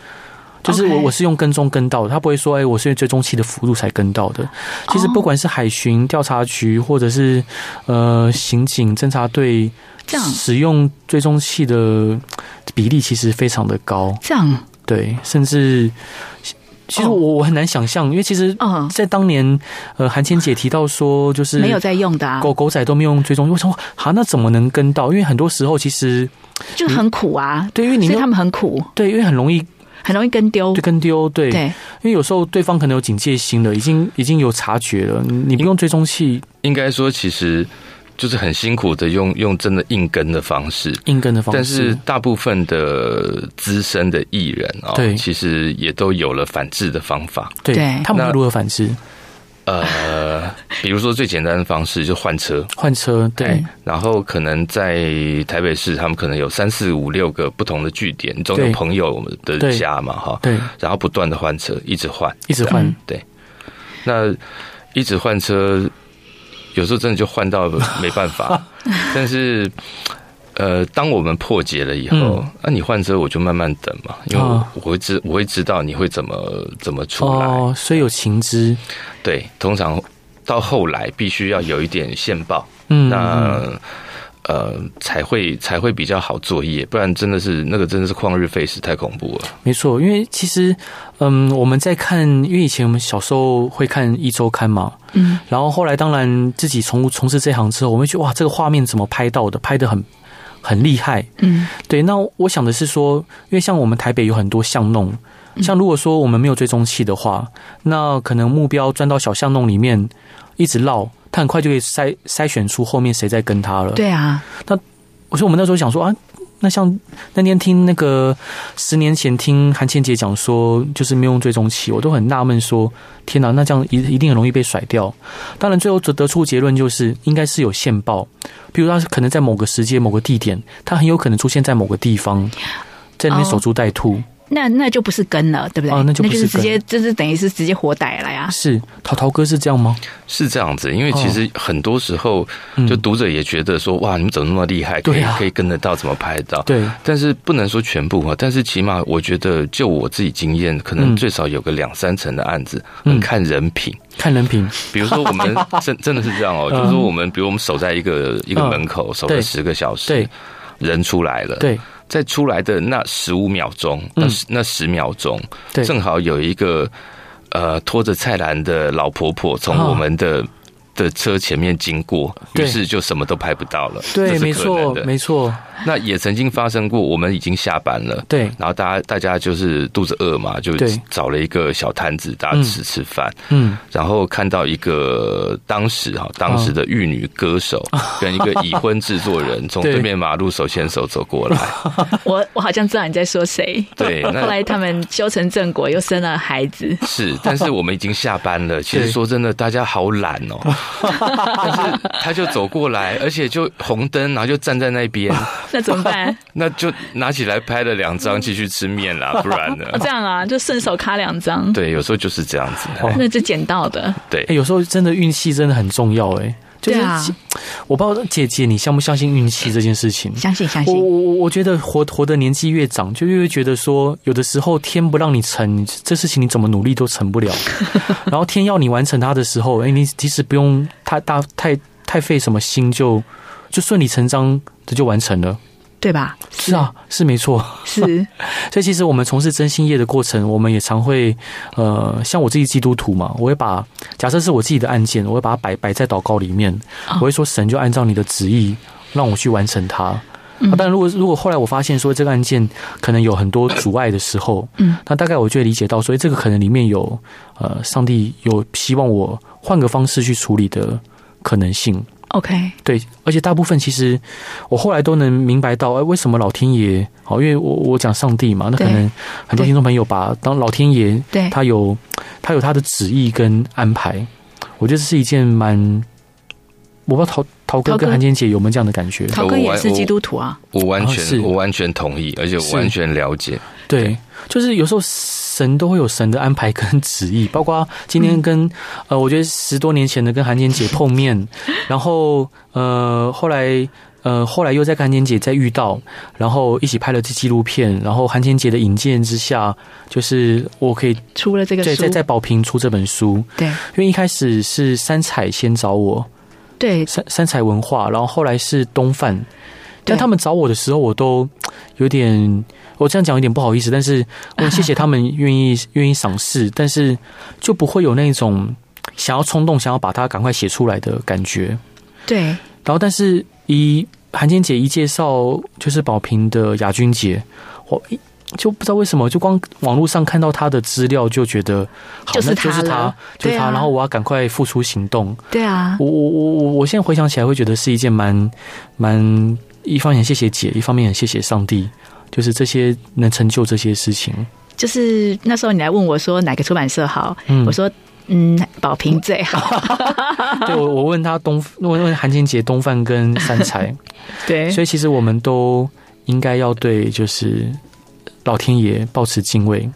Speaker 1: 就是我
Speaker 2: OK
Speaker 1: 我是用跟踪跟到的，他不会说哎、我是用追踪器的辅助才跟到的。其实
Speaker 2: 哦
Speaker 1: 不管是海巡调查局或者是呃刑警侦查队，
Speaker 2: 这样
Speaker 1: 使用追踪器的比例其实非常的高。
Speaker 2: 这样，
Speaker 1: 对，甚至其其实
Speaker 2: 哦
Speaker 1: 我我很难想象，因为其实
Speaker 2: 嗯，
Speaker 1: 在当年，呃，韩千姐提到说，就是
Speaker 2: 没有在用的、啊，
Speaker 1: 狗狗仔都没有用追踪，我想说，哈，那怎么能跟到？因为很多时候其实
Speaker 2: 就很苦啊。
Speaker 1: 对，因嗯为你
Speaker 2: 所
Speaker 1: 没
Speaker 2: 以
Speaker 1: 有
Speaker 2: 他们很苦，
Speaker 1: 对，因为很容易
Speaker 2: 很容易跟丢
Speaker 1: 就。跟丢，对，
Speaker 2: 对，
Speaker 1: 因为有时候对方可能有警戒心了，已经已经有察觉了，你你不用追踪器
Speaker 3: 应该说其实就是很辛苦的用用真的硬跟的方式。
Speaker 1: 硬跟的方式，
Speaker 3: 但是大部分的资深的艺人啊、
Speaker 1: 对
Speaker 3: 其实也都有了反制的方法。
Speaker 1: 对
Speaker 2: 对
Speaker 1: 他们
Speaker 3: 那
Speaker 1: 会如何反制？
Speaker 3: 呃，比如说最简单的方式就换车，
Speaker 1: 换车，对
Speaker 2: 嗯，
Speaker 3: 然后可能在台北市，他们可能有三四五六个不同的据点，总有
Speaker 1: 对
Speaker 3: 朋友的
Speaker 1: 对
Speaker 3: 家嘛，哈，
Speaker 1: 对，
Speaker 3: 然后不断的换车，一直换，
Speaker 1: 一直换
Speaker 2: 嗯，
Speaker 3: 那一 直换车，有时候真的就换到没办法。但是，呃，当我们破解了以后，那、啊
Speaker 1: 嗯
Speaker 3: 你换之后我就慢慢等嘛，因为
Speaker 1: 哦
Speaker 3: 我我会知我会知道你会怎么怎么出来。
Speaker 1: 哦，所以有情知，
Speaker 3: 对，通常到后来必须要有一点线报，
Speaker 1: 嗯，嗯
Speaker 3: 那呃才会才会比较好作业，不然真的是那个真的是旷日费时，太恐怖了。
Speaker 1: 没错，因为其实，嗯，我们在看，因为以前我们小时候会看一周刊嘛，
Speaker 2: 嗯，
Speaker 1: 然后后来当然自己从从事这行之后，我们会觉得哇，这个画面怎么拍到的，拍的很很厉害，
Speaker 2: 嗯，
Speaker 1: 对，那我想的是说，因为像我们台北有很多巷弄，像如果说我们没有追踪器的话，那可能目标钻到小巷弄里面一直绕，他很快就可以筛筛选出后面谁在跟他了。
Speaker 2: 对啊，
Speaker 1: 我说我们那时候想说啊，那像那天听那个十年前听韩倩姐讲说，就是没有用追踪器，我都很纳闷说，天哪，那这样一一定很容易被甩掉。当然，最后得得出结论就是，应该是有线报，比如他可能在某个时间、某个地点，他很有可能出现在某个地方。在那边
Speaker 2: 哦
Speaker 1: 守株待兔
Speaker 2: 那那就不是跟了，对不对？
Speaker 1: 哦那就不是
Speaker 2: 是直
Speaker 1: 跟
Speaker 2: 接，就是等于是直接活逮了
Speaker 3: 啊
Speaker 2: 呀。
Speaker 1: 是淘淘哥是这样吗？
Speaker 3: 是这样子，因为其实很多时候，
Speaker 1: 哦嗯
Speaker 3: 就读者也觉得说，哇，你们怎么那么厉害，可以
Speaker 1: 对啊
Speaker 3: 可以跟得到，怎么拍得到？
Speaker 1: 对，
Speaker 3: 但是不能说全部哈，但是起码我觉得，就我自己经验，可能
Speaker 1: 嗯
Speaker 3: 最少有个两三成的案子，
Speaker 1: 嗯
Speaker 3: 很看人品。
Speaker 1: 看人品，
Speaker 3: 比如说 我们真真的是这样哦，
Speaker 1: 嗯
Speaker 3: 就是说我们，比如我们守在一个一个
Speaker 1: 嗯
Speaker 3: 门口，守了
Speaker 1: 对
Speaker 3: 十个小时，
Speaker 1: 对，
Speaker 3: 人出来了，，
Speaker 1: 对
Speaker 3: 在出来的那十五秒钟，那
Speaker 1: 嗯
Speaker 3: 10那十秒钟，
Speaker 1: 对，
Speaker 3: 正好有一个呃拖着菜篮的老婆婆从
Speaker 1: 啊
Speaker 3: 我们的。的车前面经过，于
Speaker 1: 对
Speaker 3: 是就什么都拍不到了。这
Speaker 1: 对，
Speaker 3: 是
Speaker 1: 没
Speaker 3: 可能
Speaker 1: 错，
Speaker 3: 的
Speaker 1: 没错，
Speaker 3: 那也曾经发生过，我们已经下班了，
Speaker 1: 对，
Speaker 3: 然后大家大家就是肚子饿嘛，就
Speaker 1: 对
Speaker 3: 找了一个小摊子，大家吃吃饭，
Speaker 1: 嗯，
Speaker 3: 然后看到一个当时哈当时
Speaker 1: 啊
Speaker 3: 的玉女歌手跟一个已婚制 作人从
Speaker 1: 对
Speaker 3: 对面马路手牵手走过来，
Speaker 2: 我我好像知道你在说谁。
Speaker 3: 对，
Speaker 2: 后
Speaker 3: 那
Speaker 2: 来他们修成正果，又生了孩子。
Speaker 3: 是，但是我们已经下班 了。其实
Speaker 1: 对
Speaker 3: 说真的，大家好懒 哦，但是他就走过来，而且就红灯，然后就站在 那边，
Speaker 2: 那怎么办？
Speaker 3: 那就拿起来拍了两张，继续吃 面啦，不然呢？
Speaker 2: 哦这样啊，就顺手卡两张，
Speaker 3: 对，有时候就是这样子。啊
Speaker 1: 哦
Speaker 2: 那就捡到的。
Speaker 3: 对
Speaker 1: 哎、，有时候真的运气真的很重要、哎，就是、
Speaker 2: 对啊
Speaker 1: 我不知道姐姐你相不相信运气这件事情。
Speaker 2: 相信相
Speaker 1: 我
Speaker 2: 信，
Speaker 1: 我我我觉得活活的年纪越长，就越会觉得说，有的时候天不让你成，你这事情你怎么努力都成不了。然后天要你完成它的时候，哎、你即使不用太大太太费什么心就，就顺理成章的就完成了。
Speaker 2: 对吧？
Speaker 1: 是啊，是没错。
Speaker 2: 是，
Speaker 1: 所以其实我们从事真心业的过程，我们也常会，呃，像我自己基督徒嘛，我会把假设是我自己的案件，我会把它摆摆在祷告里面，
Speaker 2: 哦
Speaker 1: 我会说神就按照你的旨意让我去完成它。啊、但如果如果后来我发现说这个案件可能有很多阻碍的时候，
Speaker 2: 嗯，
Speaker 1: 那大概我就会理解到说，所以这个可能里面有呃，上帝有希望我换个方式去处理的可能性。
Speaker 2: OK，
Speaker 1: 对，而且大部分其实我后来都能明白到，哎，为什么老天爷好？因为我我讲上帝嘛，那可
Speaker 2: 对
Speaker 1: 能很多
Speaker 2: 对
Speaker 1: 听众朋友把当老天爷
Speaker 2: 对，
Speaker 1: 他有他有他的旨意跟安排，我觉得这是一件蛮，我不知道陶陶哥跟
Speaker 2: 陶哥
Speaker 1: 韩坚姐有没有这样的感觉？
Speaker 2: 涛哥也是基督徒啊，
Speaker 3: 我完
Speaker 1: 啊是
Speaker 3: 全，我完全同意，而且我
Speaker 1: 是
Speaker 3: 完全了解。
Speaker 1: 对，就是有时候神都会有神的安排跟旨意， 包括今天
Speaker 2: 嗯
Speaker 1: 跟、呃，我觉得十多年前的跟韩坚姐碰 面，然后呃后来。呃，后来又在跟韩坚姐再遇到，然后一起拍了这纪录片，然后韩坚姐的引荐之下，就是我可以
Speaker 2: 出了这个
Speaker 1: 对
Speaker 2: 书
Speaker 1: 在，在宝瓶出这本书，
Speaker 2: 对
Speaker 1: 因为一开始是三彩先找我，
Speaker 2: 对
Speaker 1: 三三彩文化，然后后来是东贩，但
Speaker 2: 对
Speaker 1: 他们找我的时候，我都有点，我这样讲有点不好意思，但是我很谢谢他们 愿意愿意赏识，但是就不会有那种想要冲动、想要把它赶快写出来的感觉。
Speaker 2: 对，
Speaker 1: 然后，但是一韩坚姐一介绍就是宝瓶的雅君姐，我一就不知道为什么，就光网络上看到她的资料就觉得，好，
Speaker 2: 就是
Speaker 1: 那就是
Speaker 2: 她
Speaker 1: 她
Speaker 2: 了，
Speaker 1: 就是
Speaker 2: 对
Speaker 1: 她，
Speaker 2: 啊
Speaker 1: 然后我要赶快付出行动。
Speaker 2: 对啊，
Speaker 1: 我我我我我现在回想起来，会觉得是一件蛮蛮一方面很谢谢姐，一方面很谢谢上帝，就是这些能成就这些事情。
Speaker 2: 就是那时候你来问我说哪个出版社好，
Speaker 1: 嗯哦
Speaker 2: 我说嗯，宝瓶最好，
Speaker 1: 对我我问他东，我问韩金杰东贩跟三 才，
Speaker 2: 对，
Speaker 1: 所以其实我们都应该要对就是老天爷保持敬畏。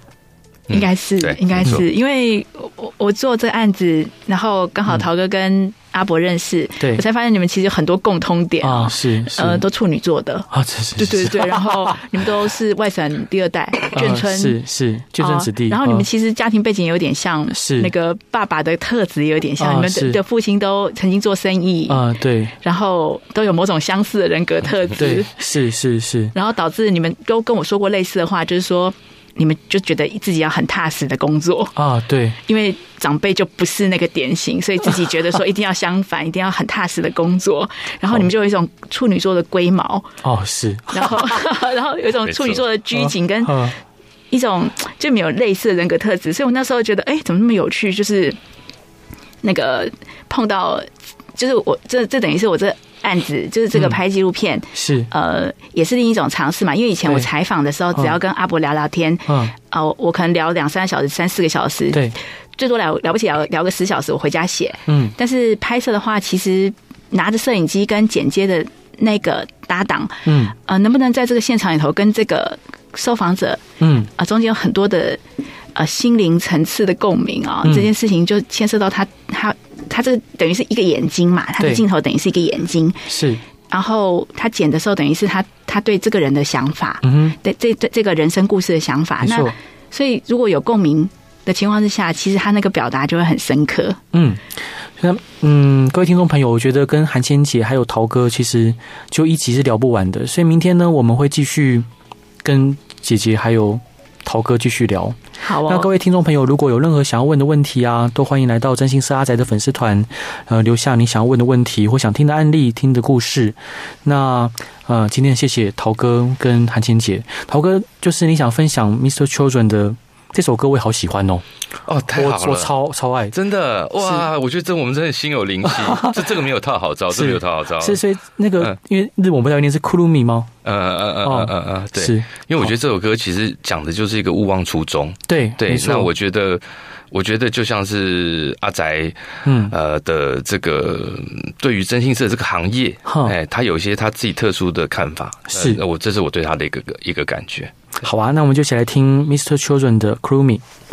Speaker 1: 嗯
Speaker 2: 应该是
Speaker 3: 对，
Speaker 2: 应该
Speaker 3: 没错
Speaker 1: 嗯
Speaker 2: 是因为我我我做这案子，然后刚好陶哥跟阿伯认识，
Speaker 1: 对
Speaker 2: 我才发现你们其实有很多共通点
Speaker 1: 啊，是是
Speaker 2: 呃，都处女座的，
Speaker 1: 啊，这是
Speaker 2: 对对
Speaker 1: 是
Speaker 2: 对，然 后你们都是外省第二代，眷
Speaker 1: 呃
Speaker 2: 村。
Speaker 1: 是是眷村子弟，
Speaker 2: 哦然后你们
Speaker 1: 呃
Speaker 2: 其实家庭背景有点像，
Speaker 1: 是
Speaker 2: 那个爸爸的特质也有点像，
Speaker 1: 啊
Speaker 2: 你们
Speaker 1: 是
Speaker 2: 的的父亲都曾经做生意，
Speaker 1: 啊 对
Speaker 2: 然后都有某种相似的人格特质
Speaker 1: 对，是是是
Speaker 2: 然后导致你们都跟我说过类似的话，就是说你们就觉得自己要很踏实的工作，
Speaker 1: 啊对
Speaker 2: 因为长辈就不是那个典型，所以自己觉得说一定要相反，一定要很踏实的 工作，然后你们就有一种处女座的龟毛，
Speaker 1: 哦是
Speaker 2: 然后 然后有一种
Speaker 3: 没错
Speaker 2: 处女座的拘谨跟
Speaker 1: 啊
Speaker 2: 一种就没有类似的人格特质，所以我那时候觉得，哎、怎么那么有趣？就是那个碰到，就是我这这等于是我这案子，就是这个
Speaker 1: 嗯
Speaker 2: 拍纪录片，
Speaker 1: 是
Speaker 2: 呃，也是另一种尝试嘛。因为以前
Speaker 1: 对
Speaker 2: 我采访的时候，
Speaker 1: 嗯
Speaker 2: 只要跟阿伯聊聊天，
Speaker 1: 啊
Speaker 2: 啊、我我可能聊两三个小时、三四个小时，
Speaker 1: 对
Speaker 2: 最多聊了不起聊聊个十小时，我回家写。
Speaker 1: 嗯
Speaker 2: 但是拍摄的话，其实拿着摄影机跟剪接的那个搭档，
Speaker 1: 嗯
Speaker 2: 呃，能不能在这个现场里头跟这个受访者
Speaker 1: 嗯
Speaker 2: 啊，中间有很多的呃心灵层次的共鸣啊、
Speaker 1: 嗯
Speaker 2: 这件事情就牵涉到他他他这个等于是一个眼睛嘛，他的
Speaker 1: 对
Speaker 2: 镜头等于是一个眼睛，
Speaker 1: 是
Speaker 2: 然后他剪的时候等于是他他对这个人的想法，
Speaker 1: 嗯
Speaker 2: 对这这这个人生故事的想法
Speaker 1: 哼，没
Speaker 2: 啊那
Speaker 1: 错
Speaker 2: 所以如果有共鸣。的情况之下，其实他那个表达就会很深刻。
Speaker 1: 嗯。那嗯，各位听众朋友，我觉得跟韩千姐还有陶哥其实就一集是聊不完的，所以明天呢，我们会继续跟姐姐还有陶哥继续聊。
Speaker 2: 好
Speaker 1: 那各
Speaker 2: 哦，
Speaker 1: 位听众朋友，如果有任何想要问的问题啊，都欢迎来到真心是阿宅的粉丝团，呃，留下你想要问的问题或想听的案例、听的故事。那呃，今天谢谢陶哥跟韩千姐。陶哥就是你想分享 Mr. Children 的这首歌，我也好喜欢哦，
Speaker 3: 哦，太好
Speaker 1: 我我
Speaker 3: 了。
Speaker 1: 超超爱。
Speaker 3: 真的哇！我觉得这我们真的心有灵 犀，这这个没有套好招，这
Speaker 1: 是
Speaker 3: 没有套好招。
Speaker 1: 是，所以那个、
Speaker 3: 嗯
Speaker 1: 因为日本不是有念是 Kurumi 吗？
Speaker 3: 呃呃呃呃呃呃，对，
Speaker 1: 哦是，
Speaker 3: 因为我觉得这首歌其实讲的就是一个勿忘初衷。
Speaker 1: 对，
Speaker 3: 对
Speaker 1: 没，错
Speaker 3: 那我觉得，我觉得就像是阿宅
Speaker 1: 嗯，
Speaker 3: 呃的这个嗯对于征信社这个行业，
Speaker 1: 哈
Speaker 3: 哎，他有一些他自己特殊的看法。呃
Speaker 1: 哦是
Speaker 3: 那我这是我对他的一个一个感觉。
Speaker 1: 好啊，那我们就一起来听 Mr. Children 的 Kurumi。